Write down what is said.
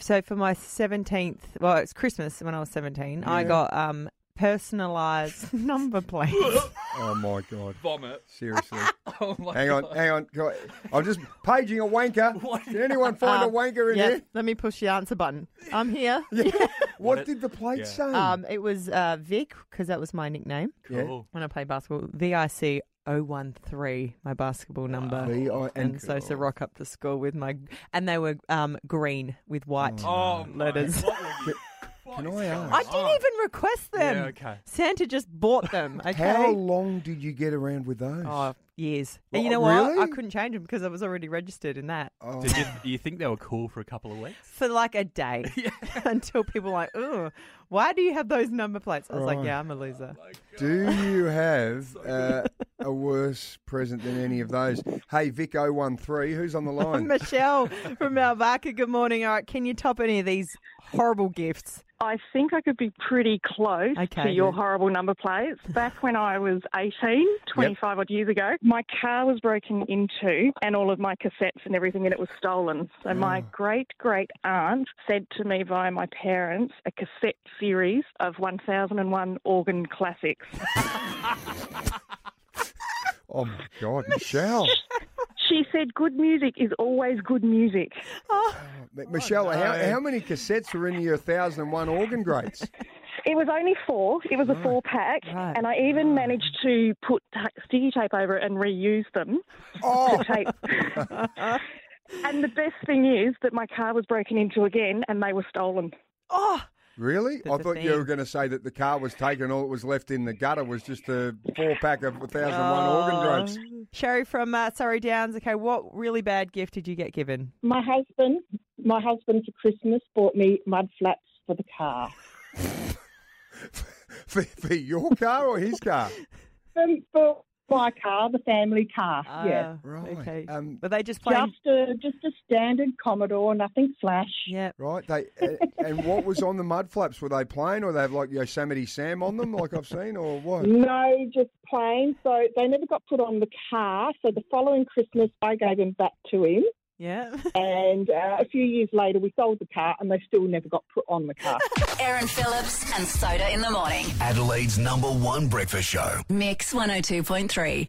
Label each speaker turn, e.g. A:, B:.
A: so for my 17th, well, it's Christmas when I was 17, I
B: Yeah.
A: got um personalized number plates.
B: Oh my god!
C: Vomit.
B: Seriously.
C: Oh my
B: hang on, hang on. Go- I'm just paging a wanker. Did anyone find
A: Um,
B: a wanker in
A: yeah,
B: here?
A: Let me push the answer button. I'm here.
B: What,
C: it-
B: did the plate
C: yeah.
B: say?
A: Um, it was uh, Vic because that was my nickname
B: Yeah.
C: Cool.
A: when I played basketball. Vic 013, my basketball number.
B: V I N.
A: and so to rock up to school with my, and they were um, green with white.
C: Oh, my-
A: Letters.
C: what were you- what
B: Can
C: is
B: I
C: going
B: ask?
A: I didn't
C: on?
A: even request them.
C: Yeah, okay.
A: Santa just bought them. Okay.
B: How long did you get around with those?
A: Oh, years.
B: Well,
A: and you know what? I
B: really?
A: couldn't change them because I was already registered in that
B: Oh.
C: Did you, you think they were cool for a couple of weeks?
A: for like a day until people were like, oh, why do you have those number plates? I was like,
B: Right.
A: yeah, I'm a loser.
B: Do you have uh, a worse present than any of those? Hey, Vic 013, who's on the line?
A: Michelle from Malvaca, good morning. All right, can you top any of these horrible gifts?
D: I think I could be pretty close
A: Okay,
D: to your
A: yeah.
D: horrible number plates. Back when I was 18, 25 odd years ago, my car was broken into and all of my cassettes and everything, and it was stolen. So my great great aunt said to me via my parents a cassette series of 1001 organ classics.
B: Oh my God, Michelle!
D: She said, Good music is always good music.
B: M-
A: Oh,
B: Michelle, how, how many cassettes were in your thousand and one organ grates?
D: It was only four. It was a four pack,
A: Right.
D: and I even managed to put ta sticky tape over it and reuse them.
B: Oh,
D: tape. and the best thing is that my car was broken into again and they were stolen.
A: Oh,
B: really? I
A: That's a
B: thought you were
A: thing.
B: going to say that the car was taken. All that was left in the gutter was just a four pack of thousand and one organ grates.
A: Sherry from uh, Surrey Downs. Okay, what really bad gift did you get given?
E: My husband, my husband for Christmas bought me mud flaps for the car.
B: For, for your car or his car?
E: For, Um, for my car, the family car. yeah.
A: Ah,
B: Right,
A: Okay.
B: um,
A: Were they just playing?
E: Just a just a standard Commodore, nothing flash.
A: Yeah.
B: Right. They a- and what was on the mud flaps? Were they plain, or they have like Yosemite Sam on them, like I've seen, or what?
E: No, just plain. So they never got put on the car. So the following Christmas, I gave them back to him,
A: Yeah.
E: and uh, a few years later, we sold the car, and they still never got put on the car.
F: Aaron Phillips and Soda in the morning. oh
G: Adelaide's number one breakfast show.
F: Mix 102.3.